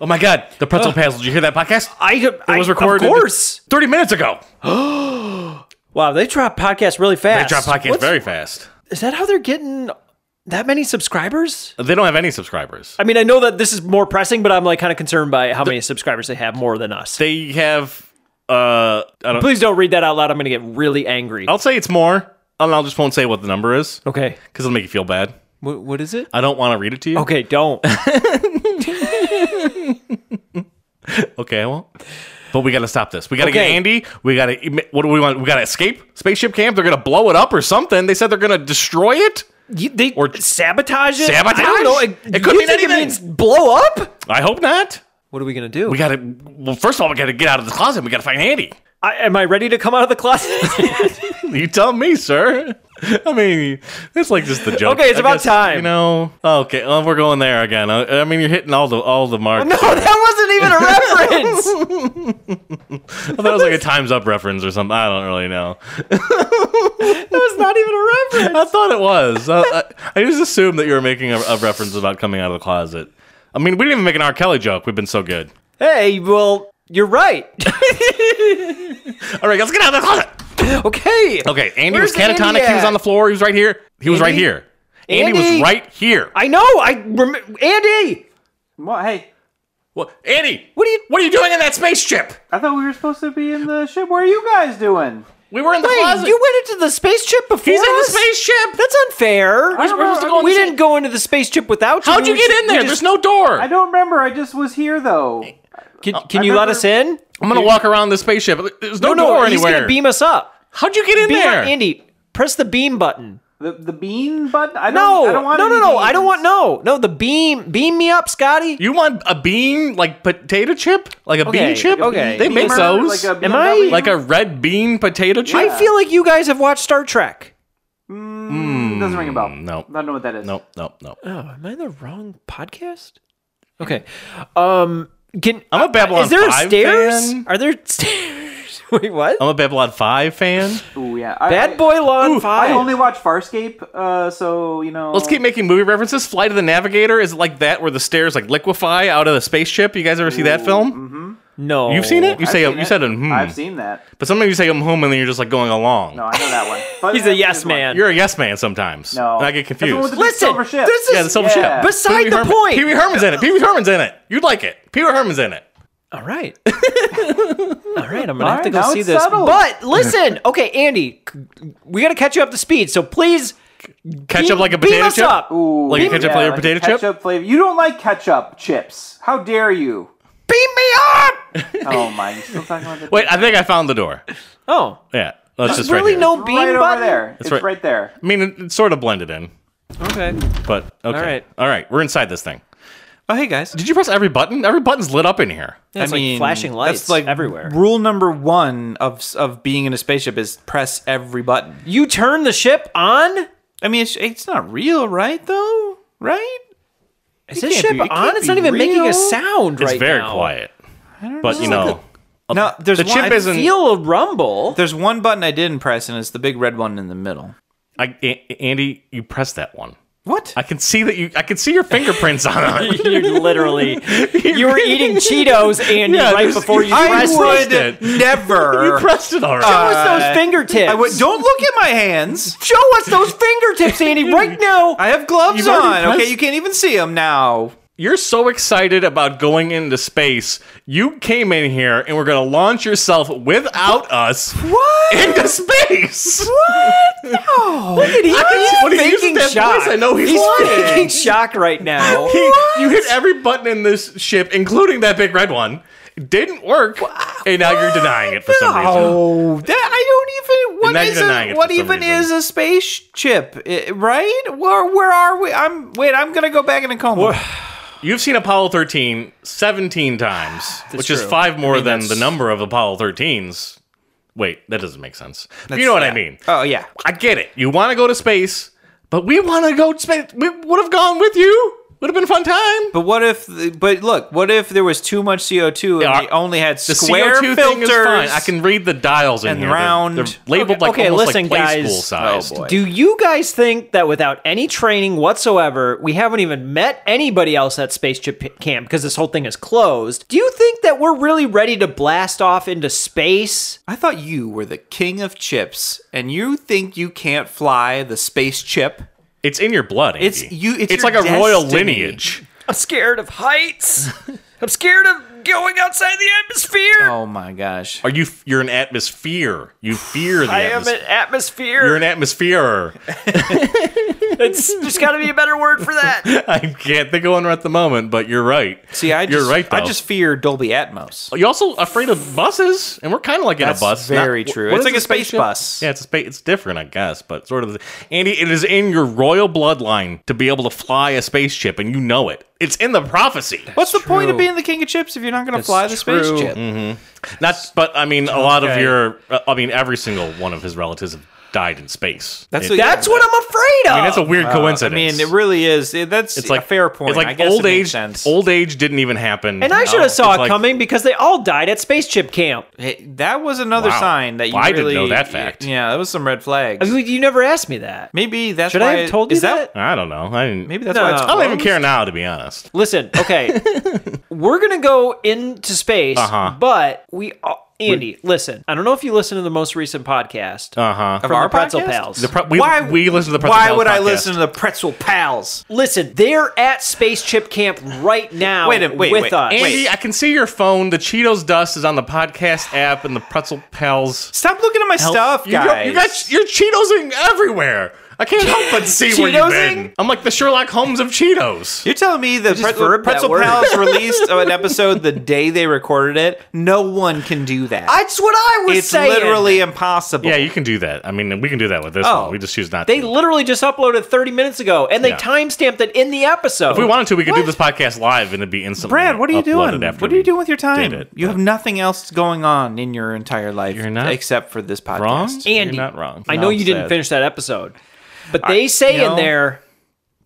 Oh my God, the pretzel Pazzle. Did you hear that podcast? I it It was recorded. Of course. 30 minutes ago. Wow, they drop podcasts really fast. They drop podcasts What's- very fast. Is that how they're getting that many subscribers? They don't have any subscribers. I mean, I know that this is more pressing, but I'm like kind of concerned by how many subscribers they have more than us. They have, uh, I don't, Please don't read that out loud. I'm going to get really angry. I'll say it's more, and I'll just won't say what the number is Okay. because it'll make you feel bad. What, what is it? I don't want to read it to you. Okay, don't. Okay, I won't. But we got to stop this. We got to get Okay. Andy. We got to. What do we want? We got to escape spaceship camp. They're gonna blow it up or something. They said they're gonna destroy it. You- they Or- sabotage it? Sabotage? I don't know. It, It could you mean think anything. it means blow up? I hope not. What are we going to do? We got to. Well, first of all, we got to get out of the closet. We got to find Andy. I, am I ready to come out of the closet? You tell me, sir. I mean, it's like just the joke. Okay, it's I about time. You know. Oh, Okay, well, we're going there again. Uh, I, I mean, you're hitting all the all the marks. no, that wasn't even a reference. I thought it was like a times up reference or something. I don't really know. that was not even a reference. I thought it was. I, I, I just assumed that you were making a, a reference about coming out of the closet. I mean, we didn't even make an R. Kelly joke. We've been so good. Hey, well, you're right. All right, let's get out of the closet. okay. Okay, Andy Where's was catatonic. Andy he was at? on the floor. He was right here. He was right Andy? here. Andy, was Andy? right here. I know. I rem- Andy. What? Hey, Well, Andy, What are you- What are you doing in that spaceship? I thought we were supposed to be in the ship. What are you guys doing? We were in the Wait, closet. you went into the spaceship before He's in the us? spaceship. That's unfair. don't We're supposed to know. go in we the didn't go into the spaceship without you. How'd you We were get just- in there? we There's just- no door. I I'm don't remember. I just was here though. Can, can you let us in? gonna walk around the spaceship. There's no, Oh no, door he's anywhere. gonna beam us up. How'd you get in Beam there? up, Andy. Press the beam button. The the bean button. I don't, No, I don't want no, no, any no. I don't beans. want no, no. The beam, beam me up, Scotty. You want a bean like potato chip, like a Okay, bean chip? okay. they make Beamer, those. Like a Am I- BMW? like a red bean potato chip. I feel like you guys have watched Star Trek. doesn't ring a bell. Mm, no. I don't know what that is. Nope, nope, nope. Oh, am I in the wrong podcast? Okay. Um, can I'm a Babylon Is there 5 stairs? fan. Are there stairs? Wait, what? I'm a Babylon Five fan. Ooh yeah. I, Bad Boy Lawn I, Five. I only watch Farscape. Uh, so you know. Let's keep making movie references. Fly to the Navigator is it like that, where the stairs like liquefy out of the spaceship. You guys ever see that film? no, You've seen it. You say seen you it. said um, hmm. mm-hmm. Oh, I've seen that. but sometimes you say um hmm, and then you're just like going along. No, I know that one. But He's a I've seen yes this one. man. You're a yes man sometimes. No. and I get That's the one with confused. the big Listen, silver ship. this is yeah, the silver Yeah. ship. beside Pee-wee the Herman- point. Pee Wee Herman's in it. Pee Wee Herman's in it. You'd like it. Pee Wee Herman's in it. All right. All right, I'm gonna have to right, go now see it's this. settled. But listen, okay, Andy, c- we gotta catch you up to speed. So please Ketchup beam, like a beam potato us chip. up. Ooh, Like a ketchup yeah, flavor like a potato chip? ketchup flavor. You don't like ketchup chips. How dare you? Beam me up. Oh my! You still talking about the Wait, I think I found the door. Oh, Yeah, that's just right really here. no It's beam right button. over there. It's right. right, there. I mean, it, it's sort of blended in, Okay. but okay. All right. all right, we're inside this thing. Oh, hey guys. Did you press every button? Every button's lit up in here. Yeah, it's like flashing lights that's like everywhere. Rule number one of of being in a spaceship is press every button. You turn the ship on. I mean, it's, it's not real, right? Though, right? Is It this can't ship be- it on? can't It's not be even making a real. sound It's right very now. quiet, but you know, No, Mm. there's the one, chip isn't. Feel a rumble. There's one button I didn't press, and it's the big red one in the middle. I, A- Andy, you pressed that one. What? I can see that you. I can see your fingerprints on it. You're literally you were eating Cheetos, Andy, Yeah, right there's- before you I pressed would- it. it. you never. pressed it already. Show us those Uh, fingertips. I would, don't look at my hands. show us those fingertips, Andy, right now. I have gloves You've already on. pressed- Okay, you can't even see them now. You're so excited about going into space. You came in here and we're gonna launch yourself without us What? into space. Look at him. What do you use faking that voice? shock. I know he's he's lying. faking shock right now. He- you hit every button in this ship, including that big red one. It didn't work, and now you're denying it for some reason. Oh, that I don't even. And now What you're is denying it a, for what some even reason. is a spaceship? I- Right? Where where are we? I'm wait. I'm gonna go back in a coma. You've seen Apollo 13 17 times, which is true. five more than the that's- number of Apollo 13s. Wait, that doesn't make sense. You That's- know what I yeah. mean? Oh yeah. I get it. You want to go to space, but we want to go to space. We would have gone with you. Would have been a fun time. But what if? But look, what if there was too much CO two and Yeah, we only had The square CO2 filters? thing is fine. I can read the dials in and here. round. They're, they're labeled like okay, almost listen, like play guys. school size. Oh, boy. Do you guys think that without any training whatsoever, we haven't even met anybody else at spaceship camp because this whole thing is closed? Do you think that we're really ready to blast off into space? I thought you were the king of chips, and you think you can't fly the space chip? It's in your blood. Andy. It's you- it's it's your like a royal destiny. lineage. I'm scared of heights. I'm scared of going outside the atmosphere. Oh my gosh! Are you? You're an atmosphere. You fear the I am atmosphere. an atmosphere. You're an atmosphere. It's- there's got to be a better word for that. I can't think of one right at the moment, but you're right. See, I just, you're right. Though. I just fear Dolby Atmos. You're also afraid of buses, and we're kind of like in a That's bus. very true. It's is like a a space spaceship? bus. Yeah, it's a space. It's different, I guess, but sort of. the- Andy, it is in your royal bloodline to be able to fly a spaceship, and you know it. It's in the prophecy. What's the point of true. being the king of chips if you're not going to fly the true. space chip? Mm. That's, but I mean, a lot of Okay. your, uh, I mean, every single one of his relatives have died in space. That's It- a- Uh, That's what I'm afraid of. I mean, that's a weird I coincidence. mean, it really is. It- that's it's like a fair point. It's like I guess old it makes age. Sense. Old age didn't even happen. and I should have saw It's it like- coming because they all died at spaceship camp. It- that was another Wow. sign that you Well, I didn't really, know that fact. Yeah, that was some red I flags. mean, you never asked me that. Maybe that's Should why I have told you is that? I don't know. I didn't. Maybe that's No. why it's I I don't even closed? care now, to be honest. Listen, okay, we're gonna go into space, Uh-huh. but we, all Andy, listen. I don't know if you listened to the most recent podcast Uh huh. Of from our the Pretzel podcast? Pals. The pro- we, Why- we listen to the. Why Pretzel would I Pals podcast. listen to the Pretzel Pals? listen, they're at spaceship camp right now. Wait a- wait, with wait. us. Andy, Wait. I can see your phone. The Cheetos dust is on the podcast app and the Pretzel Pals Stop looking at my stuff, You, got- guys. you got you're Cheetosing everywhere. I can't help but see where you've been. Cheetosing? I'm like the Sherlock Holmes of Cheetos. You're telling me the Pretzel, verbed that Pretzel word. Pals released an episode the day they recorded it? No one can do that. that's what I was it's saying. literally impossible. Yeah, you can do that. I mean, we can do that with this Oh. one. We just choose not They to. literally just uploaded 30 minutes ago, and they Yeah. timestamped it in the episode. If we wanted to, we could do this podcast live and it'd be instantly. Brad, what are you uploaded doing? After What are you doing with your time? did it, you have nothing else going on in your entire life You're not except for this podcast. wrong? Andy, You're not wrong. I know No, you didn't sad. finish that episode, but they say you know- in there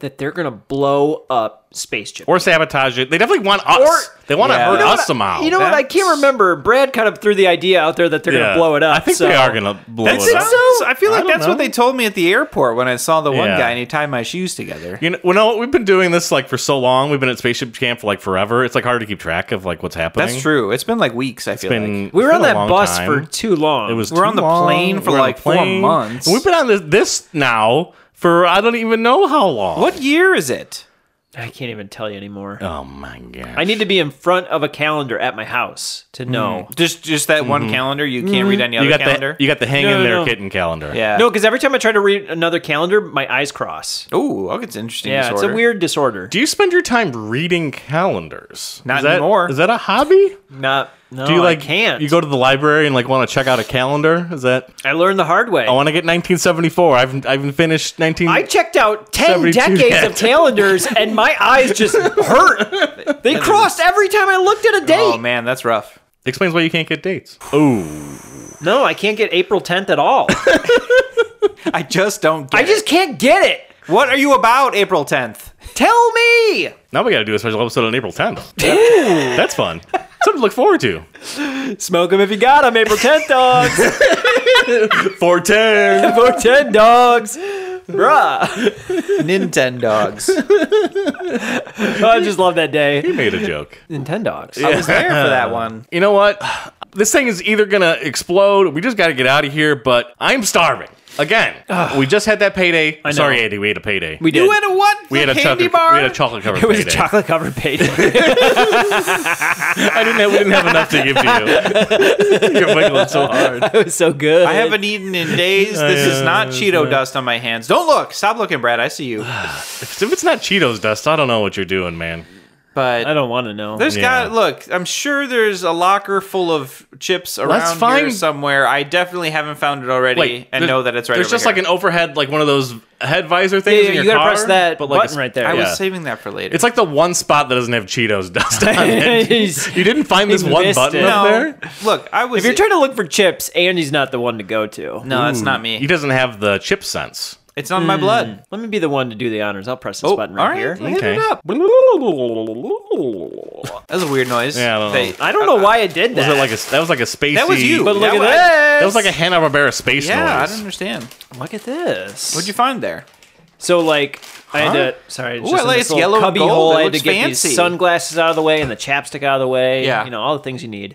that they're gonna blow up spaceship. or sabotage it. They definitely want us. Or- they want to Yeah. hurt You know us somehow. you know what? I can't that's- remember. Brad kind of threw the idea out there that they're Yeah. gonna blow it up. I think so- they are gonna blow That's it up. so. I feel I like don't that's what know. they told me at the airport when I saw the one Yeah. guy and he tied my shoes together. You know, well, no, we've been doing this like for so long. We've been at Spaceship Camp for like forever. It's like hard to keep track of like what's happening. That's true. It's been like weeks. I feel It's been, like We were it's on been a that long bus time. for too long. It was. We're too on the long. plane for, We're on like, the four plane. months. And we've been on this this now for I don't even know how long. what year is it? I can't even tell you anymore. Oh my god! I need to be in front of a calendar at my house Hmm. to know. Just just that one calendar. You can't read any Mm-hmm. you other got calendar. the you got the hang No, in no, there no. kitten calendar. yeah. No, because every time I try to read another calendar, my eyes cross. Oh, okay, it's an interesting. Yeah, disorder. it's a weird disorder. Do you spend your time reading calendars? Not is that, anymore. Is that a hobby? Not, no, Do you like I can't. You go to the library and like want to check out a calendar? Is that I learned the hard way. I want to get 1974. I haven't I haven't finished 19. I checked out 10 72 decades yet. of calendars and my eyes just hurt. They crossed every time I looked at a date. Oh man, that's rough. Explains why you can't get dates. Oh, No, I can't get April 10th at all. I just don't. Get I just It. can't get it. What are you about, April tenth? Tell me. now we got to do a special episode on April 10th. That's fun. Something to look forward to. Smoke them if you got them. April 10th, dogs. 410. April 10 dogs. Bruh. Nintendogs. Oh, I just love that day. You made a joke. Nintendo dogs. I was there for that one. You know what? This thing is either going to explode. We just got to get out of here, but I'm starving. Again, we just had that payday. know. Sorry, Andy, we had a payday. We did. You had a what? We had a candy chocolate, bar. we had a chocolate covered it was a payday. chocolate covered payday. I didn't have, we didn't have enough to give to you. You're wiggling so hard. It was so good. I haven't eaten in days. This is not Cheeto dust on my hands. Don't look. Stop looking, Brad. I see you. If it's not Cheetos dust, I don't know what you're doing, man. But I don't want to know. There's Yeah. got look. I'm sure there's a locker full of chips around here find- somewhere. I definitely haven't found it already, Wait, and there's- know that it's right. There's over just here. like an overhead, like one of those head visor things. Yeah, in yeah, your you gotta car, press that but like a button s- right there. I yeah. was saving that for later. It's like the one spot that doesn't have Cheetos dust on it. He's- You didn't find this He one missed button it. up no. there. Look, I was. if you're trying to look for chips, Andy's not the one to go to. no, that's not me. He doesn't have the chip sense. It's on my blood. Let me be the one to do the honors. I'll press this button right, Oh, all right, here. hit Okay. it up. That was a weird noise. Yeah, I don't know. They- I don't know why it did that. Was it like a, that was like a spacey? That was you. But look That at was- this. That was like a Hanna Barbera space yeah, I don't noise. understand. Look at this. What'd you find there? So like I had to sorry, it's Ooh, just I in like this it's little yellow and cubby gold. hole. It I had to looks get fancy. these sunglasses out of the way and the chapstick out of the way. Yeah. you know all the things you need.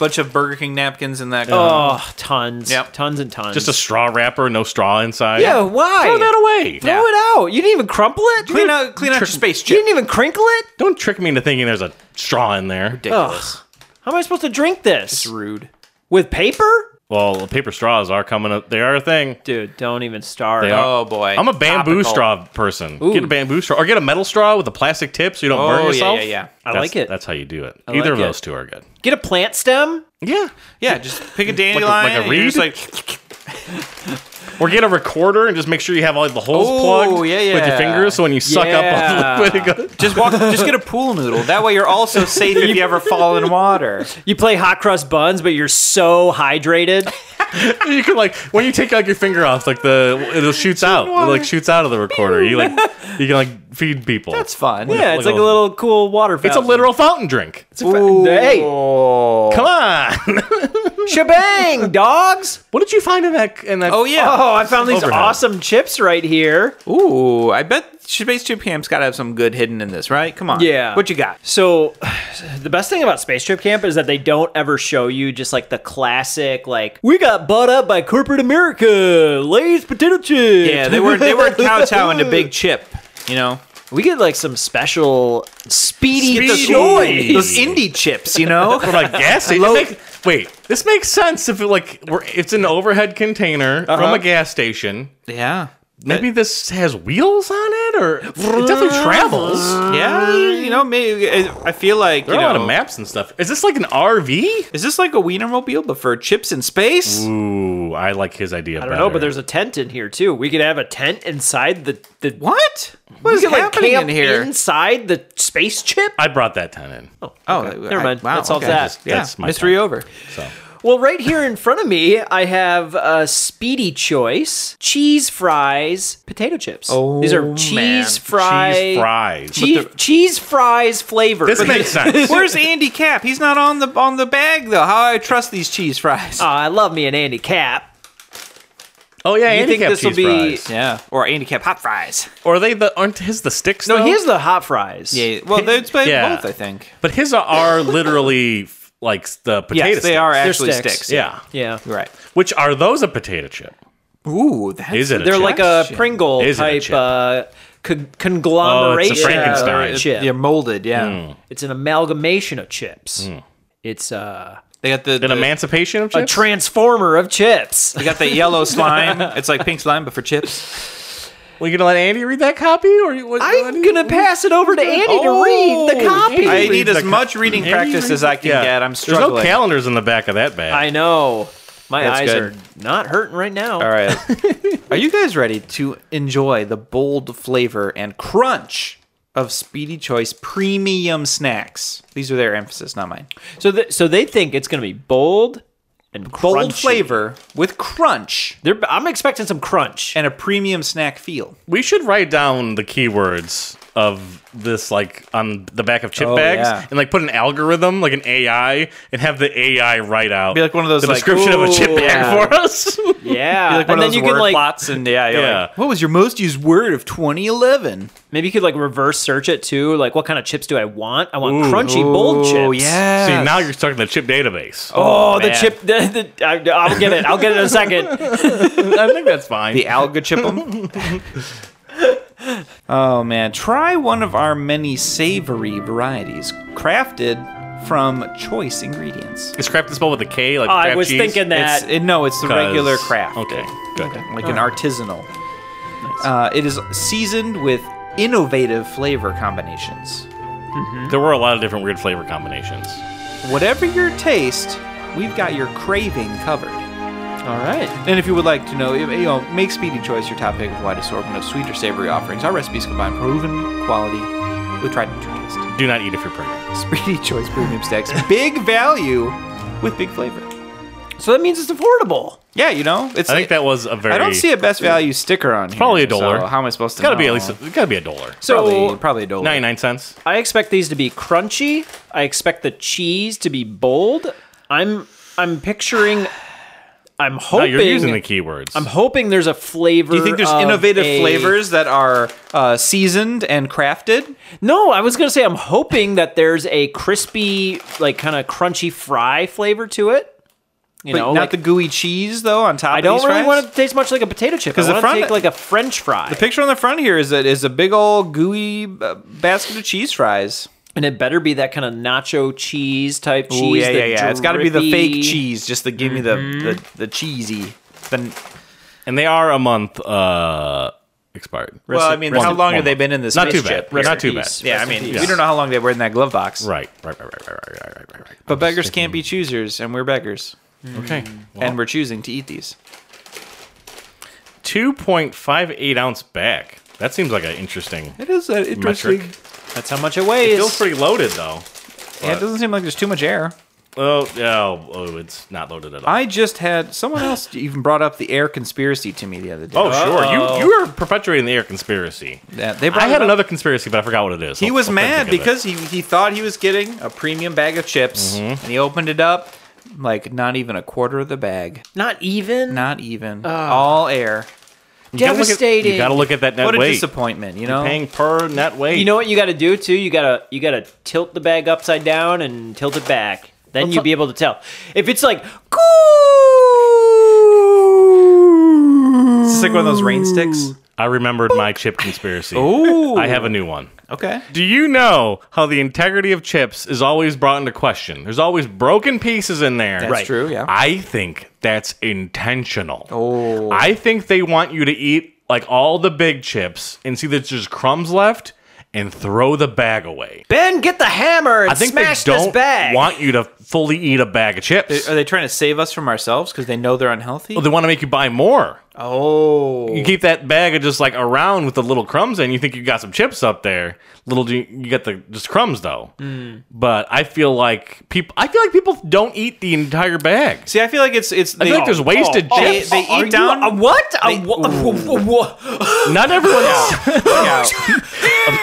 Bunch of Burger King napkins in that. Oh, tons, Uh-huh. Yep. tons and tons. Just a straw wrapper, no straw inside. yeah. Why Throw that away. Throw it out. You didn't even crumple it. clean out, clean out your space You chip. didn't even crinkle it. Don't trick me into thinking there's a straw in there. Ridiculous. How am I supposed to drink this It's rude. with paper? Well, paper straws are coming up. They are a thing. Dude, don't even start. They are. Oh, boy. I'm a bamboo Topical. straw person. Get a bamboo straw or get a metal straw with a plastic tip so you don't Oh, burn yeah, yourself. yeah, yeah. I That's- like it. That's how you do it. Either like of it. those two are good. Get a plant stem. Yeah. Yeah, just pick a dandelion. like a and you're just reed? like, Or get a recorder and just make sure you have all the holes Oh, plugged yeah, with yeah. your fingers so when you suck Yeah. up all the liquid, it goes. just walk. Just get a pool noodle. That way, you're also safe if you ever fall in water. You play hot cross buns, but you're so hydrated. You can like when you take like your finger off, like the it shoots out, it like shoots out of the recorder. You like you can like feed people. That's fun. yeah, it's like a little cool water It's fountain. a literal fountain drink. It's a fa- Ooh. Hey. Oh, Come on, shebang, dogs. what did you find in that? In that? Oh yeah. Oh, I found these Overhead. awesome chips right here. Ooh, I bet Space Chip Camp's got to have some good hidden in this, right? Come on. Yeah. What you got? So, the best thing about Space Trip Camp is that they don't ever show you just like the classic, like we got bought up by corporate America, Lay's potato chips. Yeah, they were they were kowtowing to Big Chip. You know, We get like some special speedy, Speedy. joy. those indie chips. You know. What about gas station? It makes- wait, this makes sense if it like we're, it's an overhead container from a gas station. yeah. Maybe this has wheels on it, or it definitely travels. Yeah. You know, maybe I I feel like There you are a lot know. of maps and stuff. Is this like an RV? Is this like a Wienermobile but for chips in space? Ooh, I like his idea. I don't know, but there's a tent in here too. We could have a tent inside the the What? What we is could, like, happening camp in here? inside the space chip. I brought that tent in. oh, Never mind. That solves that. Just- Yeah, that's my mystery time. over. So Well, right here in front of me, I have a speedy choice: cheese fries, potato chips. Oh, these are man. cheese fry, cheese fries. cheese, cheese fries flavor. This makes sense. Where's Andy Cap? He's not on the on the bag though. How I trust these cheese fries? Aw, I love me an Andy Cap. Oh yeah, You think handicap this will cheese be- fries. yeah, or Andy Cap hot fries. Or are they the aren't his the sticks? No, though? here's the hot fries. Yeah, well, they play Yeah. both, I think. But his are literally f- like the potato. Yes, they sticks. are They're actually sticks. sticks. Yeah. yeah. right. Which are those a potato chip? Ooh, that's Is it a They're chip? like a Shit. Pringle Is it a type chip? uh, con- conglomeration. Oh, it's a Frankenstein. of yeah, chip. molded. Yeah, It's an amalgamation of chips. Hmm. It's uh, they got the, an the- emancipation of a chips? transformer of chips. they got the yellow slime. It's like pink slime, but for chips. Were you gonna let Andy read that copy, or you, what, what do I'm you- gonna pass it over to Andy to read the Oh, copy. Andy I need reads as the co- much reading Andy practice reads as I can yeah. get. I'm There's no struggling. calendars in the back of that bag. I know. My That's eyes good. are not hurting right now. All right, are you guys ready to enjoy the bold flavor and crunch of Speedy Choice premium snacks? These are their emphasis, not mine. So, th- so they think it's gonna be bold and Bold crunchy. flavor with crunch They're, I'm expecting some crunch. and a premium snack feel. We should write down the keywords of this, like on the back of chip Oh, bags, yeah. and like put an algorithm, like an AI, and have the AI write out Be like one of those, the like, description of a chip "Ooh, bag yeah." for us. yeah, Uh, and like one of then those you word can like plots and yeah, you're Yeah. like, what was your most used word of 2011? maybe you could like reverse search it too. Like, what kind of chips do I want? I want crunchy, bold chips. Oh yeah. See, now you're stuck in the chip database. Oh, the man. chip. The, the, I, I'll get it. I'll get it in a second. Oh, I think that's fine. the alga chip 'em. oh man, try one of our many savory varieties crafted from choice ingredients. Is crap spelled with a K? Oh, Like I crap was cheese? thinking It's, that. it- no, it's the 'Cause- regular craft. Okay, good. Like an artisanal. Uh, it is seasoned with innovative flavor combinations. There were a lot of different weird flavor combinations. Whatever your taste, we've got your craving covered. all right. And if you would like to know, you know, make Speedy Choice your top pick of wide assortment of sweet or savory offerings. Our recipes combine proven quality with tried and true taste. Do not eat if you're pregnant. Speedy Choice premium snacks, big value with big flavor. So that means it's affordable. Yeah, you know, it's. I think that was a very. I don't see a best value sticker on here. Probably a dollar. so how am I supposed to? It's got to be at know? least. It's got to be a dollar. So probably, probably a dollar. Ninety nine cents. I expect these to be crunchy. I expect the cheese to be bold. I'm I'm picturing. I'm No, hoping. Oh, you're using the keywords. I'm hoping there's a flavor. Do you think there's of innovative a- flavors that are uh, seasoned and crafted? No, I was gonna say I'm hoping that there's a crispy, like kind of crunchy fry flavor to it. You But know, not like, the gooey cheese though on top. I don't really want it to taste much like a potato chip. I the want to front- take like a French fry, The picture on the front here is that is a big old gooey uh, basket of cheese fries. and it better be that kind of nacho cheese type cheese. Ooh, yeah, the yeah, yeah. It's got to be the drippy- fake cheese. Just to give me the the, the cheesy. The, and they are a month uh expired. well, I mean, One- how long one have they month. been in this Not too mischief? bad. Not too bad. Recipes. Yeah, I Rest in mean, peace. we don't know how long they were in that glove box. Right. Right. Right. Right. Right. Right. Right. Right. Right. Right. But beggars can't be choosers, and we're beggars, Okay. and we're choosing to eat these. Two point five eight ounce bag. That seems like an interesting It is an interesting. metric. That's how much it weighs. Feels pretty loaded though. Yeah, it doesn't seem like there's too much air. Oh, oh, oh it's not loaded at all. I just had someone else even brought up the air conspiracy to me the other day. oh, sure. You you are perpetuating the air conspiracy. Yeah, they brought I it had up. another conspiracy, but I forgot what it is. He I'll- was I'll try to mad think of it. because he, he thought he was getting a premium bag of chips, Mm-hmm. and he opened it up like not even a quarter of the bag, Not even. not even all air. You gotta look at- Devastating. You got to look at that net what a weight. disappointment, you know. Paying per net weight. You know what you got to do too? You gotta you gotta tilt the bag upside down and tilt it back. Then you'll be able to tell if it's like. It's like one of those rain sticks. I remembered my chip conspiracy. Ooh. I have a new one. Okay. Do you know how the integrity of chips is always brought into question? There's always broken pieces in there. That's Right. true, yeah. I think that's intentional. Oh. I think they want you to eat like all the big chips and see that there's crumbs left and throw the bag away. Ben, get the hammer and I think smash they this don't bag. want you to fully eat a bag of chips. Are they trying to save us from ourselves because they know they're unhealthy? they want to make you buy more. Oh, You keep that bag of just like around with the little crumbs in. You think you got some chips up there. Little do you, you get the just crumbs though. Mm. But I feel like people. I feel like people don't eat the entire bag. see, I feel like it's it's. They, I feel like there's wasted they- chips. they Are eat you- down. a what? A they- wha- wha- Not everyone. Um, Yeah.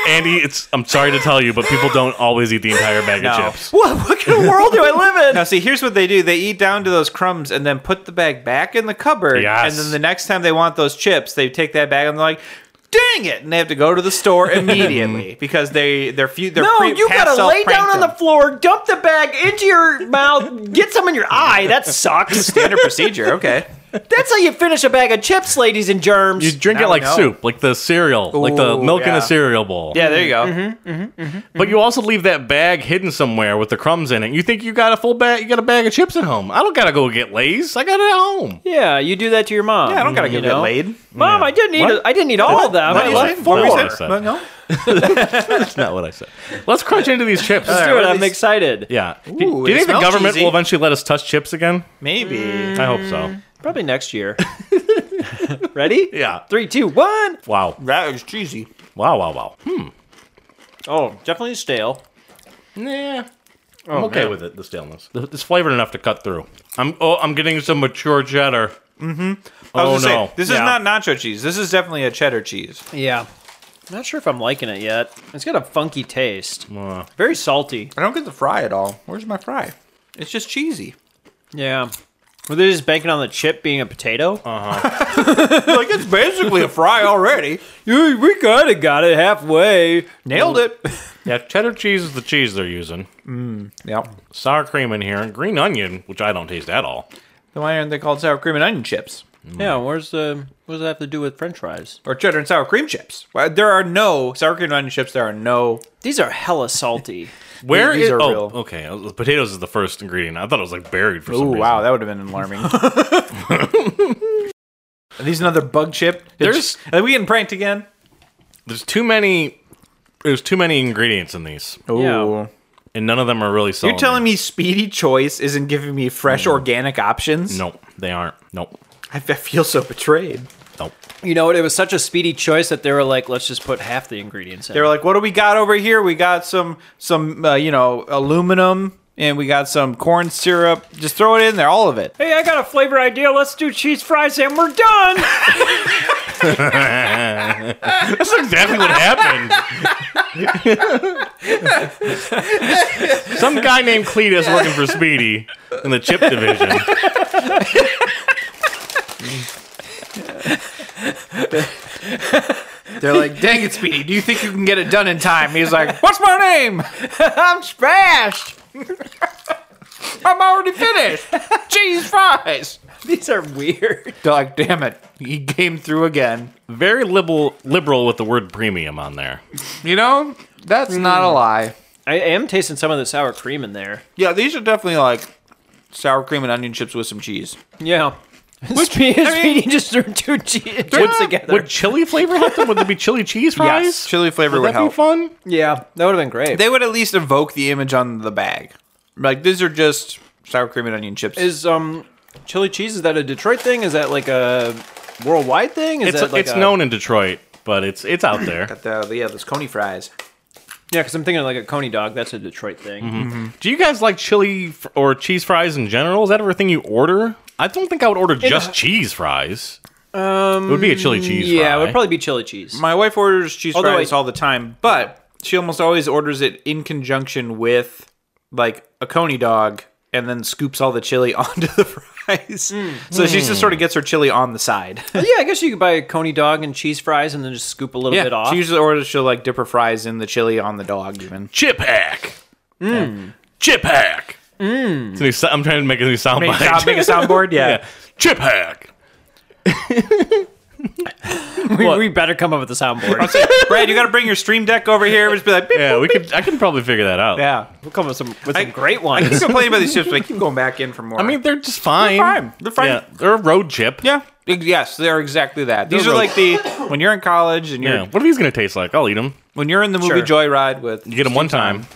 Andy, it's. I'm sorry to tell you, but people don't always eat the entire bag No. of chips. What, what kind of world do I live in? Now, see, here's what they do: they eat down to those crumbs and then put the bag back in the cupboard. Yes. And then the next time they want those chips, they take that bag and they're like, "Dang it!" And they have to go to the store immediately because they they're few. They're No, pre- you past gotta lay down self-pranked on the them. floor, dump the bag into your mouth, get some in your eye. That sucks. standard procedure. Okay. That's how you finish a bag of chips, ladies and germs. You drink Now it like we know. soup, like the cereal, like the Ooh, milk in yeah. a cereal bowl. Yeah, there you go. But you also leave that bag hidden somewhere with the crumbs in it. You think you got a full bag? You got a bag of chips at home. I don't gotta go get Lay's. I got it at home. yeah, you do that to your mom. Yeah, I don't gotta you get know? laid. Mom, Yeah. I didn't eat. What? A, I didn't eat all of them. What I did you left say? four. What were you Let's saying? do said. But no. That's not what I said. Let's crunch into these chips. it. are I'm these- excited. Yeah. Do- Ooh, do you they think the smell government cheesy. Hmm. will eventually let us touch chips again? Maybe. I hope so. Probably next year. Ready? Yeah. Three, two, one. Wow. That is cheesy. Wow, wow, wow. Hmm. Oh, definitely stale. Nah. Oh, I'm okay with it, the staleness. Th- It's flavored enough to cut through. I'm oh, I'm getting some mature cheddar. Mm-hmm. I oh was gonna no. say, this Yeah. is not nacho cheese. This is definitely a cheddar cheese. Yeah. Not sure if I'm liking it yet. It's got a funky taste. Uh, Very salty. I don't get the fry at all. Where's my fry? It's just cheesy. Yeah. Uh. Were they just banking on the chip being a potato? like it's basically a fry already. Yeah, we kind of got it halfway. Nailed it. yeah, cheddar cheese is the cheese they're using. Yep. Sour cream in here, and green onion, which I don't taste at all. Then why aren't they called sour cream and onion chips Yeah, where's the what does that have to do with French fries? or cheddar and sour cream chips? Why, there are no sour cream and onion chips. There are no. These are hella salty. Where These is- are oh, real. okay. uh, the Potatoes is the first ingredient. I thought it was like buried for some Ooh, reason. wow, that would have been alarming. are these another bug chip? There's- It's- are we getting pranked again? There's too many there's too many ingredients in these. Ooh. Yeah. And none of them are really solid. You're telling me Speedy Choice isn't giving me fresh organic options? Nope, they aren't. Nope. I, I feel so betrayed. Nope. You know what? It was such a speedy choice that they were like, let's just put half the ingredients in. They were like, "What do we got over here? We got some some uh, you know aluminum and we got some corn syrup. Just throw it in there, all of it. Hey, I got a flavor idea. Let's do cheese fries and we're done. That's exactly what happened. Some guy named Cletus working for Speedy in the chip division. They're like, "Dang it, Speedy! Do you think you can get it done in time?" He's like, "What's my name? I'm smashed. I'm already finished. Cheese fries." These are weird. They're like, "Damn it! He came through again." Very liberal, liberal with the word premium on there. You know, that's not a lie. I am tasting some of the sour cream in there. Yeah, these are definitely like sour cream and onion chips with some cheese. Yeah. Which Speedy, Speedy just threw two cheese chips together. Would chili flavor help them? Would there be chili cheese fries? chili flavor would, would that help. be fun? yeah, that would have been great. They would at least evoke the image on the bag. Like these are just sour cream and onion chips. is um chili cheese is that a Detroit thing? Is that like a worldwide thing? Is It's that like it's a- known in Detroit, but it's it's out there. Got the uh, yeah, those coney fries. Yeah, because I'm thinking like a Coney dog. That's a Detroit thing. Do you guys like chili f- or cheese fries in general? Is that ever a thing you order? I don't think I would order just cheese fries. Um, it would be a chili cheese. Yeah, it fry. would probably be chili cheese. My wife orders cheese Although fries I- all the time, but she almost always orders it in conjunction with like a coney dog and then scoops all the chili onto the fries. So she just sort of gets her chili on the side. Well, yeah, I guess you could buy a Coney dog and cheese fries and then just scoop a little bit off. She usually orders she'll like dip her fries in the chili on the dog even. chip hack. Mm. Chip hack. It's a new, so- I'm trying to make a new sound Make, bite. sound, make a soundboard, yeah. Yeah. Chip hack. we, we better come up with a soundboard. Brad, you gotta bring your stream deck over here. Just be like, beep, Yeah, we could. I can probably figure that out. yeah. we'll come up with some with some I- great I keep ones. complaining about these chips, but I keep going back in for more. I mean, they're just fine. They're fine. They're fine. Yeah, they're a road chip. yeah, ex- yes, they are exactly that. These They're road- are like the when you're in college and you're Yeah. What are these gonna taste like? I'll eat them. when you're in the movie Joyride with You get them one time.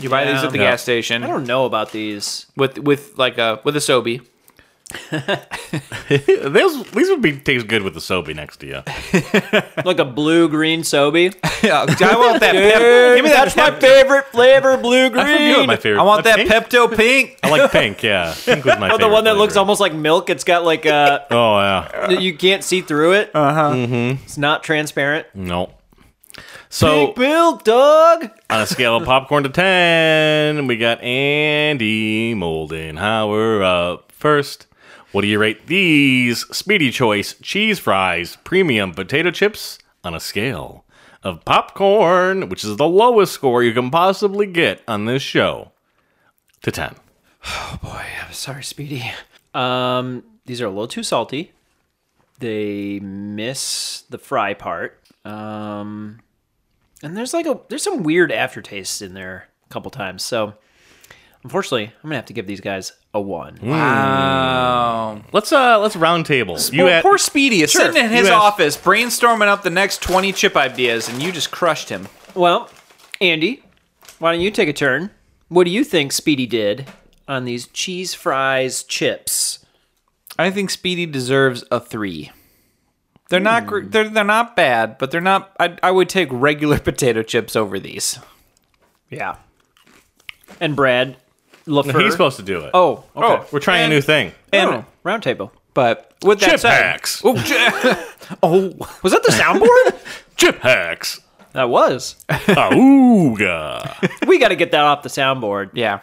You buy these Yeah. at the Yeah. gas station I don't know about these. with with like a with a sobe. Those these would be taste good with the sobe next to you. Like a blue green Sobe. Yeah, I want that. Dude, Pep. Give me that. That's my favorite flavor, blue green. I forget what my favorite. I want the that Oh, pink? Pepto Pink. I like pink. Yeah, pink was my favorite. Oh, the one that looks flavor. almost like milk. It's got like a Oh yeah. you can't see through it. Uh huh. Mm-hmm. It's not transparent. Oh. No. So Big Bill, Doug. on a scale of popcorn to ten, we got Andy Moldenhauer up first. What do you rate these Speedy Choice cheese fries premium potato chips on a scale of popcorn, which is the lowest score you can possibly get on this show, to ten? Oh, Sorry, Speedy. Um, these are a little too salty. They miss the fry part. Um, and there's like a there's some weird aftertaste in there a couple times. So, unfortunately, I'm gonna have to give these guys a one. Let's uh let's round table. Well, had- poor Speedy is sitting in his You asked- office brainstorming up the next twenty chip ideas, and you just crushed him. Well, Andy, why don't you take a turn? What do you think Speedy did on these cheese fries chips? I think Speedy deserves a three. They're not gr they're they're not bad, but they're not. I I would take regular potato chips over these. Yeah. And Brad LaFleur. he's supposed to do it. oh, okay. we're trying and- a new thing. and Oh. round table. But with that Chip said, hacks. Oh, j- oh, Was that the soundboard? Chip hacks. that was. Ooga. We got to get that off the soundboard. yeah.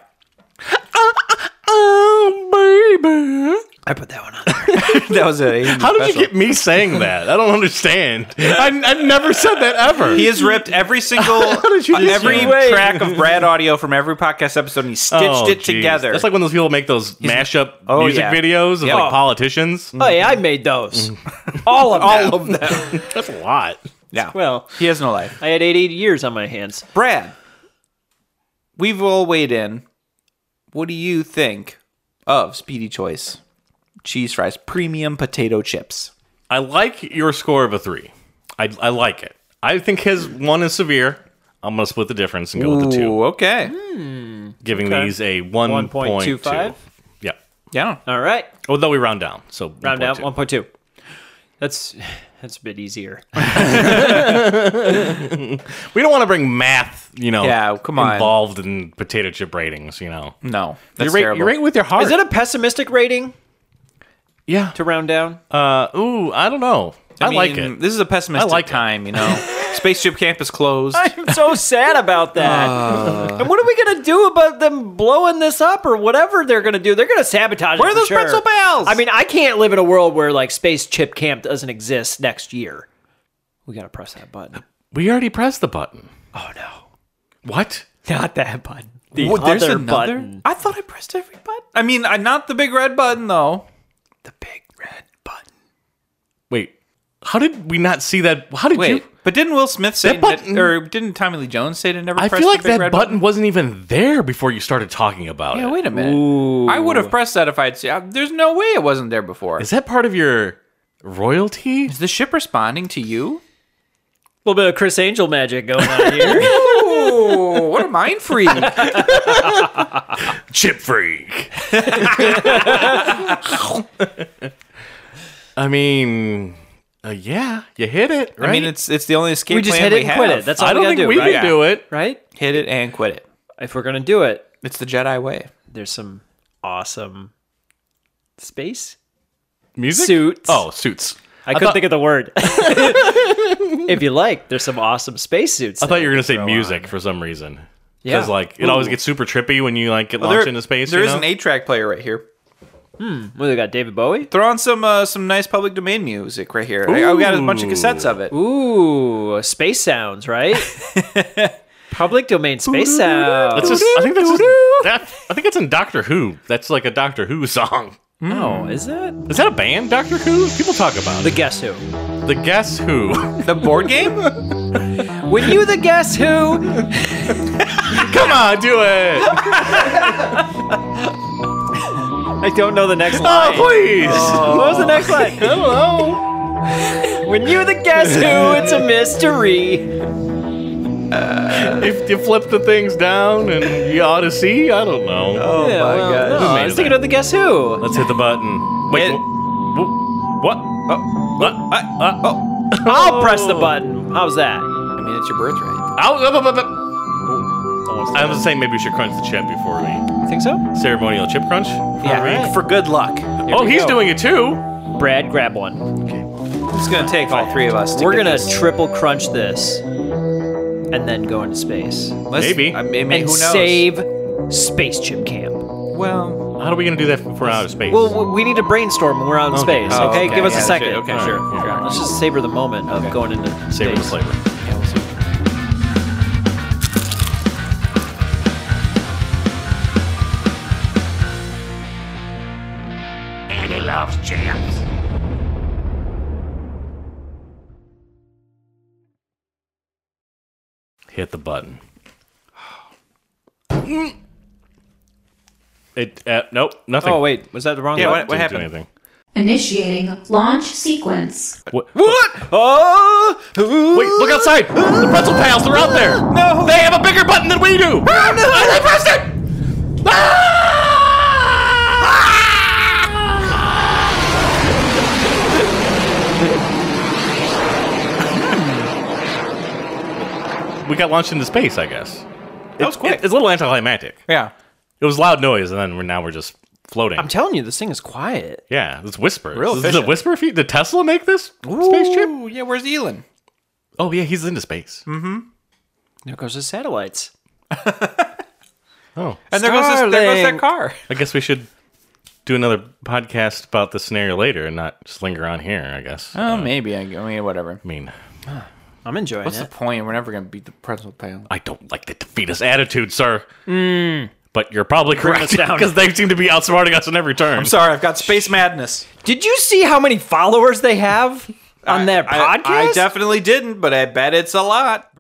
Oh, baby. I put that one on. That was it. How did you get me saying that? I don't understand. I, I never said that ever. He has ripped every single every do it? track of Brad audio from every podcast episode and he stitched Oh, it geez. together. That's like when those people make those mashup Oh, music yeah. videos of Yeah. like politicians. oh yeah, I made those. All of all of them. That's a lot. yeah. Well, he has no life. I had 88 years on my hands. Brad, we've all weighed in. What do you think of Speedy Choice cheese fries premium potato chips? I like your score of a three. I, I like it. I think his one is severe. I'm gonna split the difference and go with the two. Ooh, okay. giving these a one point two 1.25? five. Yeah. Oh, Yeah. All right, Although we round down, so round out 1.2. 1.2. That's that's a bit easier. We don't want to bring math, you know, Yeah, come on. involved in potato chip ratings, you know. No, that's you, rate, terrible. you rate with your heart. Is it a pessimistic rating yeah. to round down? Uh, ooh, I don't know. I, like mean, it. This is a pessimistic I like it. time, you know. Spaceship Camp is closed. I'm so sad about that. and what are we gonna do about them blowing this up or whatever they're gonna do? They're gonna sabotage. Where it are for those sure. pretzel pals? I mean, I can't live in a world where like space chip camp doesn't exist next year. We gotta press that button. We already pressed the button. Oh no, What? not that button. The What, other button. I thought I pressed every button. I mean, I, not the big red button though. The big red button. Wait. How did we not see that? How did Wait, you? but didn't Will Smith say That that button- or didn't Tommy Lee Jones say to never? I press feel like the big that red button, wasn't even there before you started talking about Yeah, it. wait a minute. I would have pressed that if I'd seen. I- There's no way it wasn't there before. Is Is that part of your royalty? the ship responding to you? little bit of Chris Angel magic going on here. Oh, what a mind freak! Chip freak. I mean, uh, yeah, you hit it. Right? I mean, it's it's the only escape we just plan hit it we and quit have. it. That's all I don't we gotta think do, we right? can do it. right? hit it and quit it. If we're gonna do it, It's the Jedi way. there's some awesome space Music Suits. Oh, suits. I, couldn't think of the word. if you like, there's some awesome spacesuits. I thought you were gonna say music for some reason. Yeah. Because like it always gets super trippy when you like get There- launched into space. There you is know? an eight track player right here. Well, they got David Bowie. Throw on some uh, some nice public domain music right here. I, I got a bunch of Ooh. cassettes of it. Ooh, space sounds, right? Public domain space That's sounds. just. I think that's. Just, that, I think it's in Doctor Who. That's like a Doctor Who song. No, Oh, is that Is that a band? Doctor Who? People talk about Hmm. the it. Guess Who? The, Guess Who. The board game? When you the Guess Who, Come on, do it. I don't know the next Oh line. please. What was the next line? Hello. When you the Guess Who, it's a mystery. If you flip the things down and you ought to see, I don't know. Oh Yeah, my well, god. no, Who made I was thinking that? of the Guess Who. Let's hit the button. Wait. It- wh- wh- what? Oh, What? I, oh. I'll press the button. How's that? I mean, it's your birthright. Ow, up, up, up, up. I was saying maybe we should crunch the chip before we Think so? ceremonial chip crunch. Before Yeah, we- right. for good luck. Oh, he's doing it too. Brad, grab one. It's gonna take all three of us. To We're get gonna this. triple crunch this and then go into space Let's- Maybe. I mean, and who knows? save space chip camp. Well, How are we gonna do that if we're out of space? Well, w- we need to brainstorm when we're out in Okay. space. Oh, Okay, okay, give us yeah, a sure, second. okay, All sure, right, sure. Let's just savor the moment of going into space. savor the flavor. Andy loves jams. Hit the button. It uh, nope nothing. Oh wait, was that the wrong? Yeah, button? what Didn't do happened? anything. Initiating launch sequence. What? Oh, Wait, look outside! The pretzel pals, they're out there! No. They have a bigger button than we do! I pressed it! Ah! We got launched into space, I guess. that was quick. It- it's a little anticlimactic. yeah. It was loud noise, and then we're, now we're just floating. I'm telling you, this thing is quiet. yeah, it's whisper. Real Is it efficient. whisper feet? Did Tesla make this space trip? Ooh, Mm. yeah. Where's Elon? Oh yeah, he's into space. There goes the satellites. Oh, And there goes, this, there goes that Starlink. car. I guess we should do another podcast about this scenario later and not just linger on here, I guess. Oh, maybe. I, I mean, whatever. I mean, I'm enjoying What's the it. point? We're never gonna beat the pretzel pal. I don't like the defeatist attitude, sir. But you're probably correct because they seem to be outsmarting us in every turn. I'm sorry, I've got space madness. Did you see how many followers they have on that I- podcast? I, I definitely didn't, but I bet it's a lot.